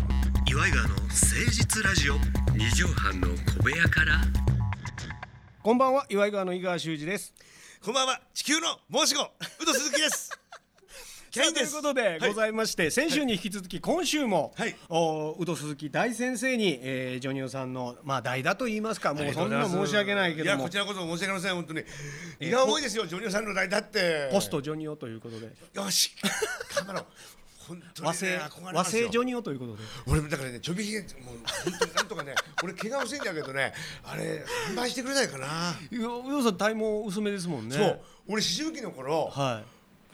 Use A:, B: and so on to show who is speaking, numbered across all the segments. A: イガーの誠実ラジオ
B: 二畳半の小部屋から
C: こんばんは岩井川の井川修司です
D: こんばんは地球の申し子宇藤鈴木です。ケイン
C: とい
D: で
C: う
D: す。
C: ことで
D: はい
C: ございまして、先週に引き続き今週も、
D: はい
C: お宇藤鈴木大先生に、えー、ジョニオさんのまあ代打と言いますかもうそんな申し訳ないけ
D: いや
C: ども
D: こちらこそ申し訳ありません本当に。荷が重いですよジョニオさんの代だって。
C: ポストジョニオということで
D: よし。頑張ろう。本当に、
C: 和
D: ね、
C: 製
D: 憧れ
C: 和
D: ますよ
C: 製ジョニオということで
D: 俺もだからねちょびひげもう本当になんとかね俺怪我をしてんだけどねあれ販売してくれないかな。
C: いや宇藤さん体毛薄めですもんね
D: そう俺思春期の頃、
C: は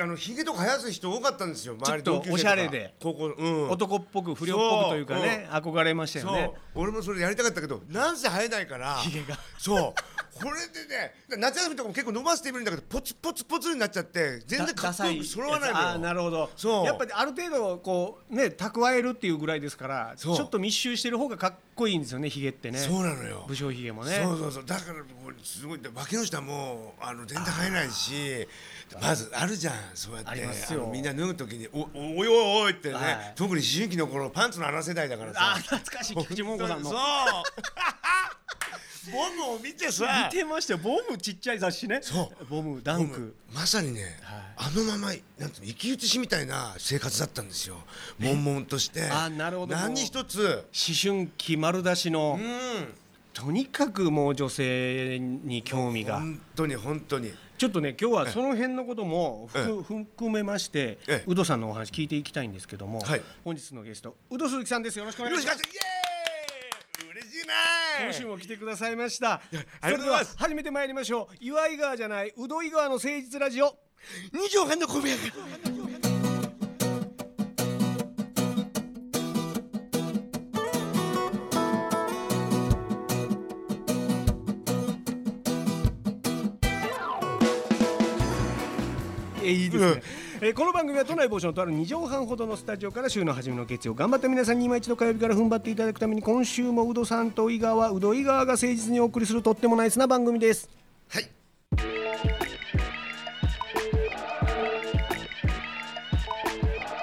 D: あのひげとか生やす人多かったんですよ周り
C: ちょっと
D: 同級生か
C: おしゃれで
D: 高校、う
C: い、
D: ん、
C: 男っぽく不良っぽくというかね、憧れましたよね
D: そう俺もそれやりたかったけどなんせ生えないから
C: ヒゲが
D: そうこれでね夏休みとかも結構伸ばしてみるんだけどポツポツポツになっちゃって全然かっこよく揃わないのよ
C: あーなるほど
D: そう
C: やっぱりある程度こうね蓄えるっていうぐらいですからち
D: そう
C: ょっと密集してる方がかっこいいんですよねヒゲってね
D: そうなのよ
C: 武将ヒゲもね
D: そうそうそうだからこれすごい脇の下もあの全然生えないしまずあるじゃんそうやって
C: ありますよ
D: のみんな脱ぐ時にお「おおいおいおい」ってね、
C: はい
D: 特に思春期の頃パンツの穴世代だから
C: あ
D: さ
C: ー懐かしい菊池桃子さんの
D: そう ボムを見てさ
C: 見てましたよボムちっちゃい雑誌ね
D: そう
C: ボムダンク
D: まさにね、あのままなんていうの生き写しみたいな生活だったんですよ、悶々として
C: あなるほど
D: 何一つ
C: 思春期丸出しの
D: うん
C: とにかくもう女性に興味が
D: 本当に本当に
C: ちょっとね今日はその辺のこともふく含めまして
D: ええ
C: ウドさんのお話聞いていきたいんですけども
D: はい
C: 本日のゲストウド鈴木さんですよろしくお
D: よ
C: 願いし
D: ろし
C: ま
D: く
C: す
D: お願いします嬉しいな
C: 今週も来てくださいました
D: ありがとうございます
C: それでは始めてまいりましょう岩井川じゃないうど井川の誠実ラジ オ
D: 二畳半の小部屋が
C: えーいいですね、えーこの番組は都内某所のとある2畳半ほどのスタジオから週の初めの月曜頑張った皆さんに今一度火曜日から踏ん張っていただくために今週もうどさんと井川うど井川が誠実にお送りするとってもナイスな番組です
D: はい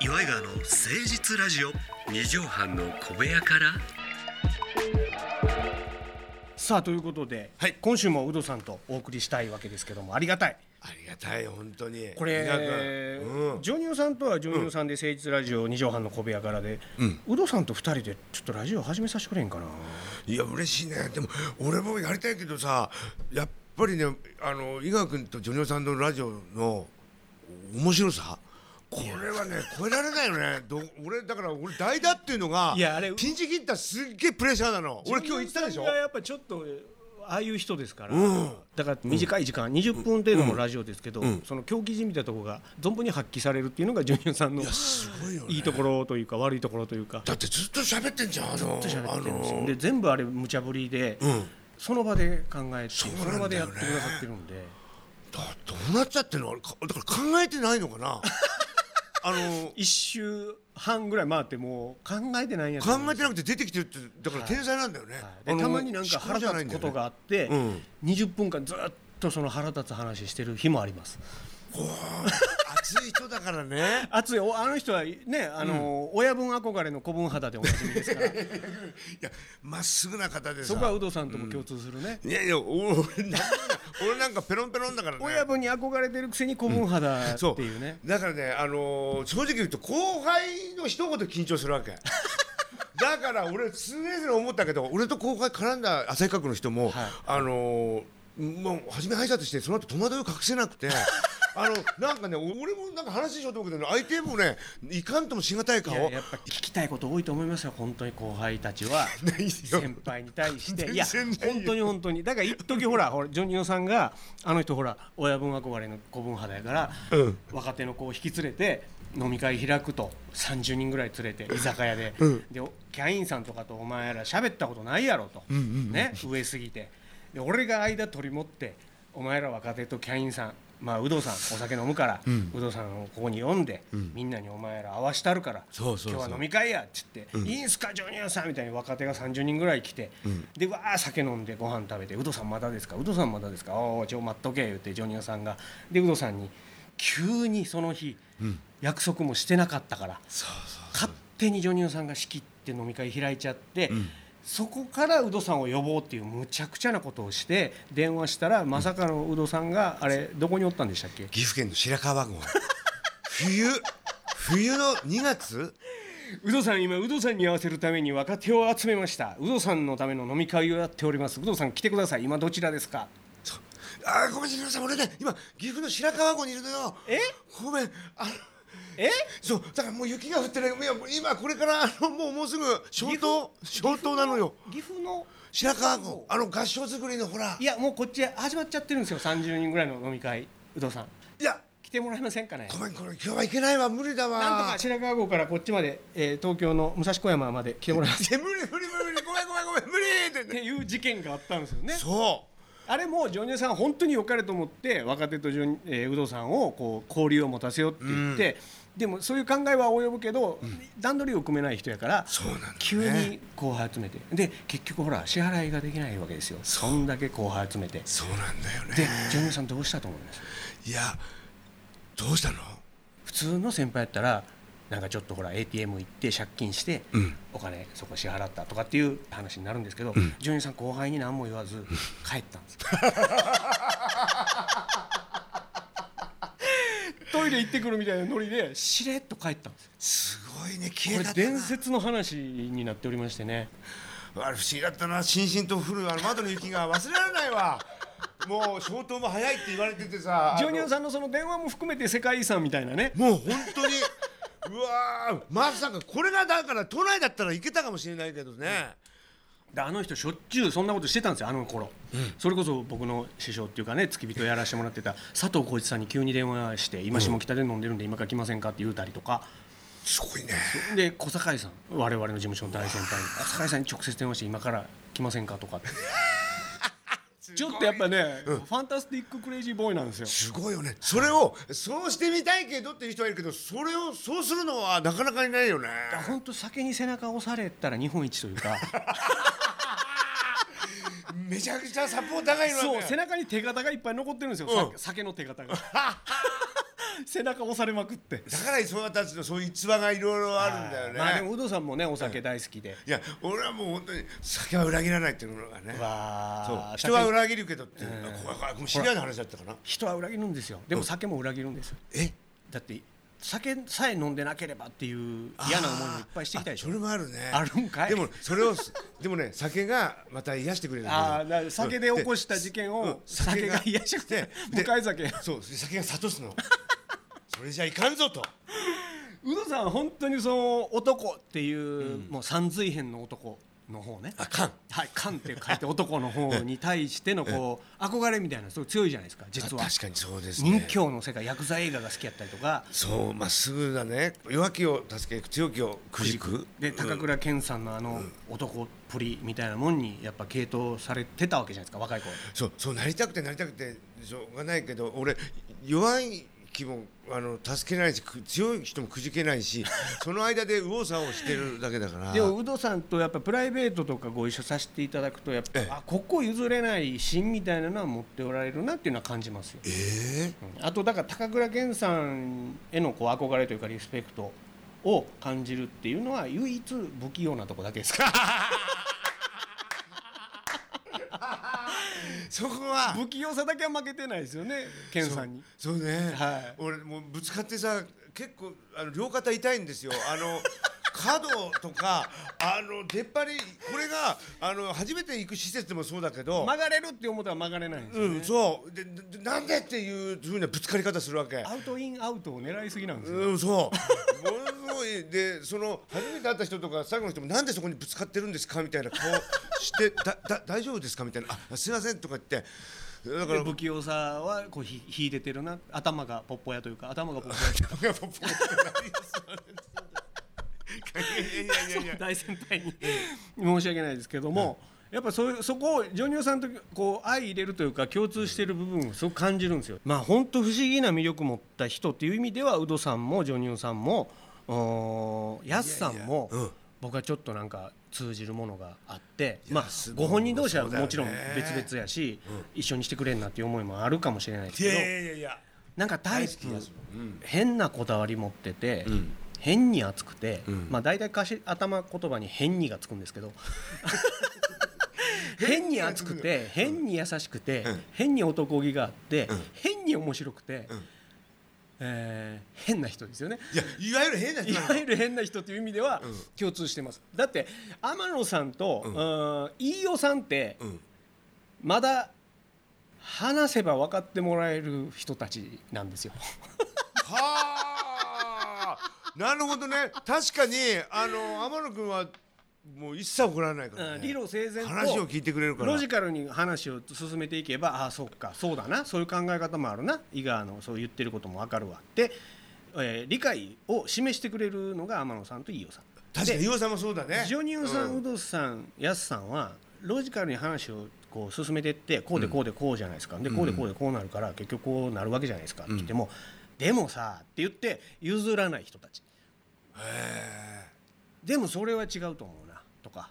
A: 岩井川の誠実ラジオ
B: 二畳半の小部屋から
C: さあということで、
D: はい
C: 今週もうどさんとお送りしたいわけですけどもありがたい
D: ありがたい本当に
C: これ、
D: 皆さんうん
C: ジョニオさんとはジョニオさんで誠実ラジオ2畳半の小部屋からで、うどさんと2人でちょっとラジオ始めさせてくれんかない
D: や嬉しいねでも俺もやりたいけどさやっぱりねあの井川君とジョニオさんのラジオの面白さこれはね超えられないよねど俺だから俺代打っていうのが
C: いやあれ
D: ピンチヒッターすっげえプレッシャーなの俺今日言ったでし
C: ジョニ
D: ょ
C: オさんがやっぱちょっとああいう人ですから、
D: うん
C: だから短い時間、20分程度のラジオですけど、その狂気じみたところが存分に発揮されるっていうのがジョニオさんの
D: いやすごいよね
C: いいところというか悪いところというか
D: だってずっと喋ってんじゃんあの
C: 喋
D: あ
C: ってるんですよ
D: の
C: で全部あれ無茶ぶりで、
D: ん
C: その場で考えてそう
D: なんだよね
C: の場でやってくださってるんで
D: だどうなっちゃってんのあれかだから考えてないの かなあの
C: 1周半ぐらい回ってもう考えてないんやと思い
D: 考
C: ま
D: え
C: す
D: てなくて出てきてるってだから天才なんだよね、
C: で
D: あの
C: たまになんか腹
D: 思考じゃない
C: 立
D: ん
C: つこ
D: だよね
C: とがあって、
D: うん
C: 20分間ずっとその腹立つ話してる日もあります
D: 熱い人だか らね
C: 熱いおあの人はねあの、親分憧れの子分肌でおなじみです から
D: いやまっすぐな方でさ
C: そこは有働さんとも共通するね、
D: いやいやお 俺なんか俺なんかペロンペロンだからね
C: 親分に憧れてるくせに子分肌
D: そう
C: っていうね、
D: だからねあのー正直言うと後輩の一言緊張する わけだから俺常々思ったけど俺と後輩絡んだ朝日閣の人も、
C: はい
D: あのーもう初め挨拶してその後戸惑いを隠せなくて あのなんかね俺もなんか話しようと思うけど、ね、相手もねいかんともしがたい顔
C: いややっぱ聞きたいこと多いと思いますよ本当に後輩たちは
D: ないよ
C: 先輩に対していや
D: 全然ないよ
C: 本当に本当にだから一時ほらほらジョニオさんがあの人ほら親分憧れの子分肌やから、
D: うん
C: 若手の子を引き連れて飲み会開くと30人ぐらい連れて居酒屋で、でキャインさんとかとお前ら喋ったことないやろと、ね上すぎてで俺が間取り持ってお前ら若手とキャインさんまあ有働さんお酒飲むから、有働さんをここに呼んで、みんなにお前ら合わしたるから
D: そうそうそう
C: 今日は飲み会やっつって、いいんすかジョニオさんみたいに若手が30人ぐらい来て、でわあ酒飲んでご飯食べて「ウドさんまだですかウドさんまだですかおおちょ待っとけ」言ってジョニオさんがでウドさんに急にその日、約束もしてなかったから勝手にジョニオさんが仕切って。って飲み会開いちゃって、そこからウドさんを呼ぼうっていうむちゃくちゃなことをして電話したらまさかのウドさんがあれどこにおったんでしたっけ
D: 岐阜県の白川郷冬冬の2月
C: ウドさん今ウドさんに合わせるために若手を集めましたウドさんのための飲み会をやっておりますウドさん来てください今どちらですか
D: あーごめんなさい俺ね今岐阜の白川郷にいるのよ
C: え
D: ごめんあの
C: え
D: そうだからもう雪が降ってねいやもう今これからあのもうもうすぐ消灯消灯なのよ
C: 岐阜の
D: 白川郷あの合掌造りのほら
C: いやもうこっち始まっちゃってるんですよ30人ぐらいの飲み会ウドさん
D: いや
C: 来てもらえませんかね
D: ごめんこれ今日はいけないわ無理だわ
C: なんとか白川郷からこっちまで、えー東京の武蔵小山まで来てもらえま せん
D: いや無理無理無理無理ごめんごめんごめん無理って
C: っていう事件があったんですよね
D: そ
C: あれもジョニオさん本当に良かれと思って若手とジョニ、えー、有働さんをこう交流を持たせようって言って、でもそういう考えは及ぶけど、段取りを組めない人やから
D: うそうなんだ、ね、
C: 急に後輩集めてで結局ほら支払いができないわけですよそんだけ後輩集めて
D: そうなんだよね
C: でジョニオさんどうしたと思います
D: いやどうしたの
C: 普通の先輩やったらなんかちょっとほら ATM 行って借金して、
D: ん
C: お金そこ支払ったとかっていう話になるんですけど、ジョニーさん後輩に何も言わず帰ったんです トイレ行ってくるみたいなノリでしれっと帰ったんですこ
D: すごいね消え
C: れ
D: た
C: 伝説の話になっておりましてね
D: あれ不思議だったなしんしんと降るあの窓の雪が忘れられないわもう消灯も早いって言われててさ
C: ジョニ
D: あ
C: オ
D: の
C: さんのその電話も含めて世界遺産みたいなね
D: もう本当にうわーまさかこれがだから都内だったら行けたかもしれないけどね、
C: であの人しょっちゅうそんなことしてたんですよあの頃、それこそ僕の師匠っていうかね付き人やらしてもらってた佐藤浩市さんに急に電話して「今下北で飲んでるんで今から来ませんか?」って言うたりとか
D: すごいね
C: で小堺さん我々の事務所の大先輩に小堺さんに直接電話して「今から来ませんか?」と かってちょっとやっぱね、ファンタスティッククレイジーボーイなんですよ
D: すごいよねそれをそうしてみたいけどっていう人はいるけどそれをそうするのはなかなかいないよね
C: 本当酒に背中を押されたら日本一という か
D: めちゃくちゃサポーターがいるわけ
C: そう背中に手形がいっぱい残ってるんですよ、さ酒の手形 が背中押されまくって
D: だから磯田たちのそういう逸話がいろいろあるんだよね、
C: まあでもウドさんもねお酒大好きで。
D: いや俺はもう本当に酒は裏切らないっていうのがね
C: わあ
D: 人は
C: 酒
D: 裏切るけどっていうのが怖い怖いこれ知り合いの話だったかな
C: 人は裏切るんですよ。でも酒も裏切るんですよ。
D: え
C: だって酒さえ飲んでなければっていう嫌な思いもいっぱいしてきたでしょ
D: あそ。れもあるね
C: あるんかい
D: でもそれ をすでもね酒がまた癒してくれる
C: ああ、だから酒で起こした事件
D: うん
C: を酒が癒やしくて
D: で
C: 向かい酒。
D: そう酒が諭すのそれじゃいかんぞと
C: ウドさん本当にその男っていうもう三髄編の男の方ね。
D: あかん
C: はい、カンって書いて男の方に対して のこう憧れみたいなすごい強いじゃないですか。実は
D: 確かにそうですね
C: 任侠の世界、薬剤映画が好きやったりとか。
D: そうまっすぐだね弱きを助け強きをくじく
C: で高倉健さんのあの男っぷりみたいなもんにやっぱ傾倒されてたわけじゃないですか若い頃
D: そうそうなりたくてなりたくてしょうがないけど俺弱い気もあの助けないしく強い人もくじけないしその間で右往左往してるだけだから
C: でもウドさんとやっぱプライベートとかご一緒させていただくとやっぱ、
D: ええ
C: あここ譲れない芯みたいなのは持っておられるなっていうのは感じますよ、
D: ええ
C: うんあとだから高倉健さんへのこう憧れというかリスペクトを感じるっていうのは唯一不器用なとこだけですか
D: そこは
C: 不器用さだけは負けてないですよね健さんに
D: そうね、
C: はい
D: 俺もうぶつかってさ結構あの両肩痛いんですよあの 角とかあの出っ張りこれがあの初めて行く施設でもそうだけど、
C: 曲がれるって思ったら曲がれないんですよ、
D: うんそうででなんでっていうふうなぶつかり方するわけ
C: アウトインアウトを狙いすぎなんですよ、
D: うん、そう。ものすごい、で、その初めて会った人とか、最後の人も、なんでそこにぶつかってるんですかみたいな顔して、だ、だ、大丈夫ですかみたいな、あ、すいませんとか言って。だか
C: で
D: ら、
C: 不器用さはこうひ引いててるな頭がポッポやというか頭がポッポ や
D: 僕がポップコーンいやいやいやいや。
C: 大先輩 に申し訳ないですけども、やっぱそういうそこをジョニオさんとこう相入れるというか共通している部分をすごく感じるんですよ。まあ本当不思議な魅力持った人っていう意味ではウドさんもジョニオさんもおーヤスさんも
D: いやいやうん
C: 僕はちょっとなんか通じるものがあって
D: いや
C: まあ
D: すごい
C: ご本人同士は
D: そうだよね
C: もちろん別々やし、一緒にしてくれんなっていう思いもあるかもしれないですけど
D: いやいや。
C: なんかタイプ変なこだわり持ってて、変に熱くて、まあ大体かし頭言葉に変にがつくんです けど変に熱くて変に優しくて、変に男気があって、変に面白くて、えー変な人ですよね。
D: いやいわゆる変な人
C: い
D: なの
C: わゆる変な人という意味では共通してます、だって天野さんと、うん飯尾さんって、
D: ん
C: まだ話せば分かってもらえる人たちなんですよ。
D: はあなるほどね確かにあの天野君はもう一切怒らないから、ね、
C: 理路整然と
D: 話を聞いてくれるから
C: ロジカルに話を進めていけばああそっかそうだなそういう考え方もあるな井川のそう言ってることも分かるわって、えー理解を示してくれるのが天野さんと飯尾さん。
D: 確かに岩尾さんもそうだね
C: ジョニオさん、
D: う
C: ウドさん、ヤスさんはロジカルに話をこう進めていってこうでこうでこうじゃないですか、でこうでこうでこうなるから結局こうなるわけじゃないですかって言っても、でもさって言って譲らない人たちでもそれは違うと思うなとか、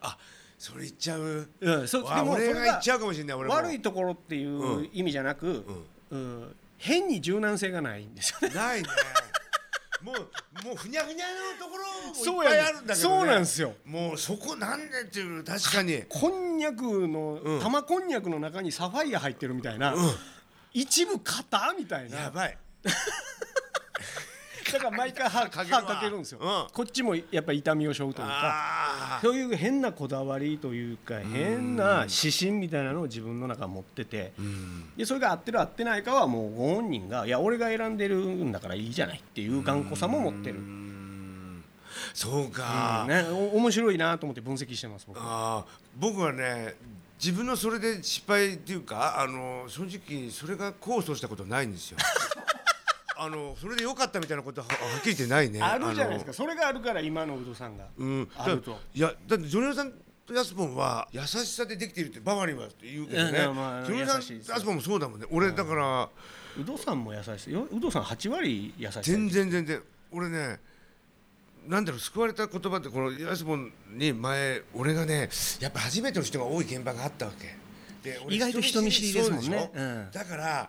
D: あそれ言っちゃう
C: うん、そ
D: わあ
C: でもそ
D: 俺
C: れ
D: が
C: が
D: 言っちゃうかもしれない俺も
C: 悪いところっていう意味じゃなく、うん変に柔軟性がないんです よね。
D: ないねもうもうふにゃふにゃのところも
C: そ
D: い
C: や
D: うっぱ
C: ね
D: いあるんだけど、ね、
C: そうなんですよ
D: もうそこなんでっていう確かに
C: こんにゃくの、玉こんにゃくの中にサファイア入ってるみたいな、一部型みたいな
D: やばい
C: だから毎回歯
D: かけ
C: か
D: るわ
C: 歯かけるんですよ、
D: うん
C: こっちもやっぱり痛みを背負うというか
D: あー
C: そういう変なこだわりというか変な指針みたいなのを自分の中持っててでそれが合ってる合ってないかはもうご本人がいや俺が選んでるんだからいいじゃないっていう頑固さも持ってる、
D: そうか、
C: ね、お面白いなと思って分析してます僕
D: あー僕はね自分のそれで失敗っていうかあの正直それが功を奏したことないんです よあのそれで良かったみたいなことはははっきり言ってないね
C: あるじゃないで
D: あ
C: す
D: の
C: かそれがあるから今の有働さんが、
D: うん、
C: あると
D: だいやだってジョニオさんとヤスポンは優しさでできているってババリンは言うけどね
C: い、やまあ
D: ジョニオさん
C: 優しいです
D: ヤスポンもそうだもんね俺だから
C: 有働さんも優しいよ有働さん8割優しい
D: 全然全然俺ねなんだろう救われた言葉ってこのヤスポンに前俺がねやっぱ初めての人が多い現場があったわけで俺
C: 意外と人見知りですもんね
D: そうしょ
C: うん
D: だから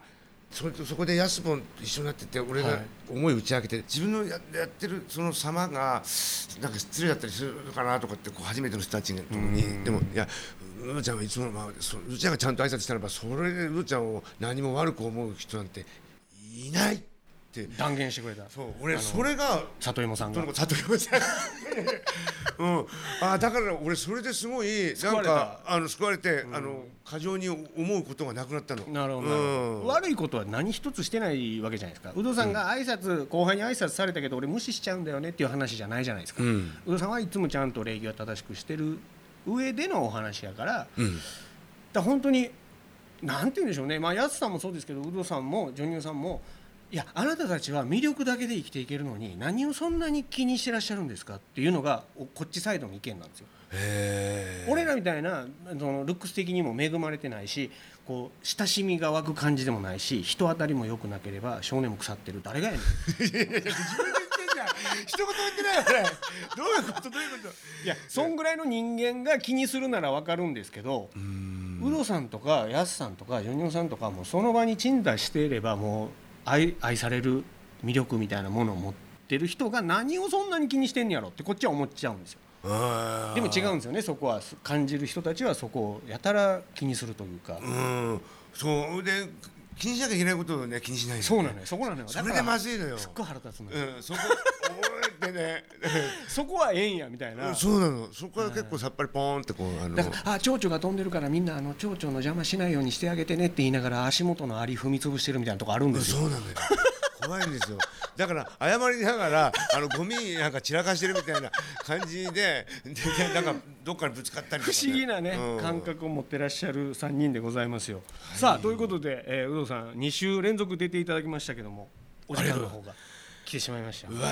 D: それとそこでヤスポンと一緒になってて俺
C: は
D: が
C: い
D: 思い打ち明けて自分のややってるその様がなんか失礼だったりするのかなとかってこう初めての人たちにでもいやうーちゃんはいつもまあそううーちゃんがちゃんと挨拶したらばそれでうーちゃんを何も悪く思う人なんていないって
C: 断言してくれた
D: そう俺それが
C: 里芋さん
D: と
C: が
D: にかく悟りま したうんあだから俺それですごいな
C: わ
D: ん
C: れた
D: かあの救われて、あの過剰に思うことがなくなったの
C: なるほど、
D: うん
C: 悪いことは何一つしてないわけじゃないですか有働さんが挨拶、後輩に挨拶されたけど俺無視しちゃうんだよねっていう話じゃないじゃないですか、有働さんはいつもちゃんと礼儀は正しくしてる上でのお話やから、だから本当になんて言うんでしょうねまあやすさんもそうですけど有働さんもジョニオさんもいやあなたたちは魅力だけで生きていけるのに何をそんなに気にしてらっしゃるんですかっていうのがおこっちサイドの意見なんですよ。
D: へ
C: 俺らみたいなそのルックス的にも恵まれてないしこう親しみが湧く感じでもないし人当たりも良くなければ少年も腐ってる誰が やねん
D: え一言も言ってないよ俺どういうことどういうこと
C: いやそんぐらいの人間が気にするなら分かるんですけどウドさんとかヤスさんとかジョニオさんとかもうその場に鎮座していればもう愛愛される魅力みたいなものを持ってる人が何をそんなに気にしてんやろってこっちは思っちゃうんですよ
D: あ
C: でも違うんですよねそこは感じる人たちはそこをやたら気にするというか、
D: ーうんそうで気にしなきゃいけないことをね気にしない
C: そうなのよそこなのよ
D: そ
C: だ
D: れ
C: か
D: で
C: ら
D: まずいのよ
C: すっごい腹立つのよ、
D: うんそこおいってね
C: そこはええんやみた いな、
D: そうなのそこは結構さっぱりポーンってこうあの
C: だからあ蝶々が飛んでるからみんなあの蝶々の邪魔しないようにしてあげてねって言いながら足元のアリ踏み潰してるみたいなとこあるんですよ
D: そうなのよ怖いんですよだから謝りながらあのゴミなんか散らかしてるみたいな感じででなんかどっかにぶつかったりとか
C: 不
D: ね、
C: 思議なね、
D: うん
C: 感覚を持ってらっしゃる3人でございますよ、さあということで、えー、有働さん2週連続出ていただきましたけどもお時間の方が来てしまいました
D: うわー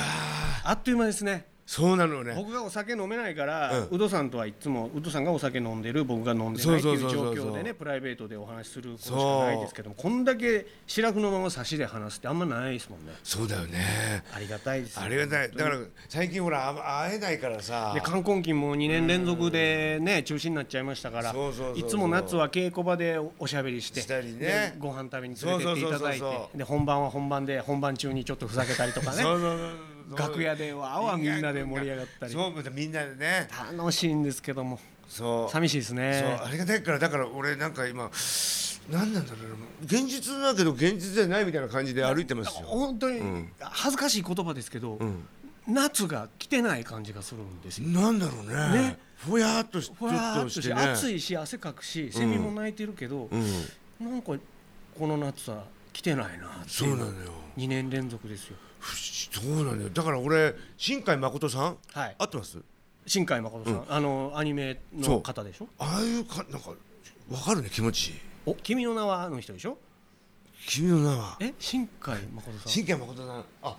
C: あっという間ですね
D: そうな のね
C: 僕がお酒飲めないから、
D: う
C: うんどさんとはいつもうどさんがお酒飲んでる僕が飲んでないって
D: そう
C: い
D: そううそう
C: 状
D: そう
C: 況でねプライベートでお話しすることしかないですけどもこんだけシラフのまま差しで話すってあんまないですもんね
D: そうだよね
C: ありがたいですよ
D: ありがたいだから最近ほらあ会えないからさ
C: で冠婚金も2年連続でね中止になっちゃいましたから
D: そうそうそうそう
C: いつも夏は稽古場でおおしゃべりして
D: したりね
C: でご飯食べに連れてっていただい
D: そうそうそうそうそ
C: てで本番は本番で本番中にちょっとふざけたりとかね
D: そうそうそう
C: 楽屋でわーわーみんなで盛り上がったり
D: そうみんなでね
C: 楽しいんですけども
D: そう
C: 寂しいですね
D: そうありがたいからだから俺なんか今何なんだろうな現実だけど現実じゃないみたいな感じで歩いてますよ、
C: 本当に
D: ん
C: 恥ずかしい言葉ですけど、
D: うん、
C: 夏が来てない感じがするんですよ
D: なんだろうね
C: ね
D: ふやーっとし
C: ふわーっと
D: ち
C: し
D: ょっとし
C: て
D: てね
C: 暑いし汗かくしセミも鳴いてるけど、
D: うん、
C: なんかこの夏は来てないなって
D: そ
C: いうう
D: なのよ
C: 2年連続ですよ
D: ふそうなのよだから俺新海誠さん、
C: はい
D: 合ってます
C: 新海誠さん、あのアニメの方でしょ
D: ああいうかなんかわかるね気持ち
C: お君の名はの人でしょ
D: 君の名は
C: え新海誠さん
D: 新海誠さんあ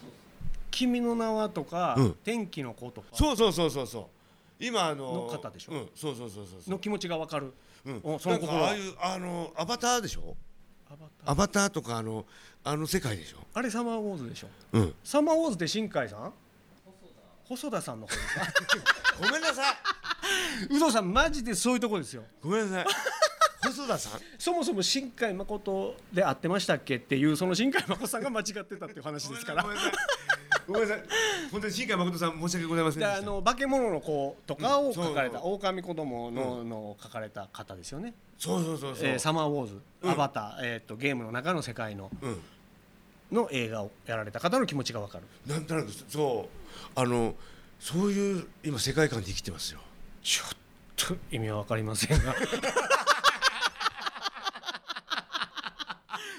C: 君の名はとか、
D: うん
C: 天気の子とか
D: そうそうそうそうそう今あの
C: の方でしょ
D: うん、そうそうそうそうそう
C: の気持ちがわかる、
D: うん、
C: おその心
D: なん
C: は
D: かああいうあのアバターでしょ
C: アバター
D: アバターとかあのあの世界でしょ
C: あれサマーウォーズでしょ
D: うん
C: サマーウォーズで新海さん細田さんの方 ですか
D: ごめんなさい
C: 有働さんマジでそういうとこですよ
D: ごめんなさい細田さん
C: そもそも新海誠で会ってましたっけっていうその新海誠さんが間違ってたっていう話です から
D: ごめんなさいごめんなさい本当に新海誠さん申し訳ございません
C: で
D: でした
C: あの化け物の子とか
D: う
C: を
D: んそう
C: 書かれた、
D: そ
C: 狼子供の、のを書かれた方ですよね。
D: そうそうそうそう、
C: えーサマーウォーズ、
D: うん
C: アバター、えーっとゲームの中の世界の
D: うん
C: の映画をやられた方の気持ちがわかる。
D: なんとなくそうあのそういう今世界観で生きてますよ
C: ちょっと意味はわかりませ んが。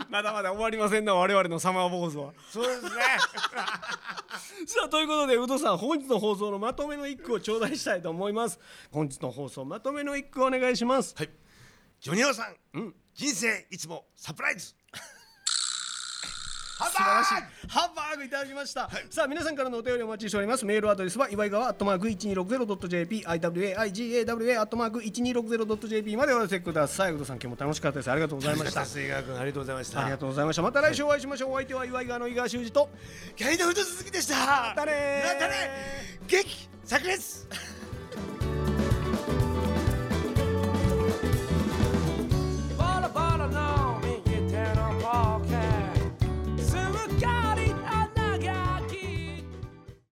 C: まだまだ終わりませんな我々のサマーウォーズは。
D: そうですね
C: さあということでウドさん本日の放送のまとめの一句を頂戴したいと思います。本日の放送まとめの一句お願いします。
D: はいジョニオさん、人生いつもサプライズ
C: 素晴らしいハンバーグいただきました、さあ皆さんからのお便りお待ちしておりますメールアドレスは岩井川アットマーク 1260.jp iwaigawa アットマーク 1260.jp までお寄せください宇藤さん今日も楽しかったですありがとうございました
D: 水井川君ありがとうございました
C: ありがとうございましたまた来週お会いしましょうお相手は岩井川の井川修司と
D: キャリドフト続きでしたま
C: たねー
D: またね元気炸裂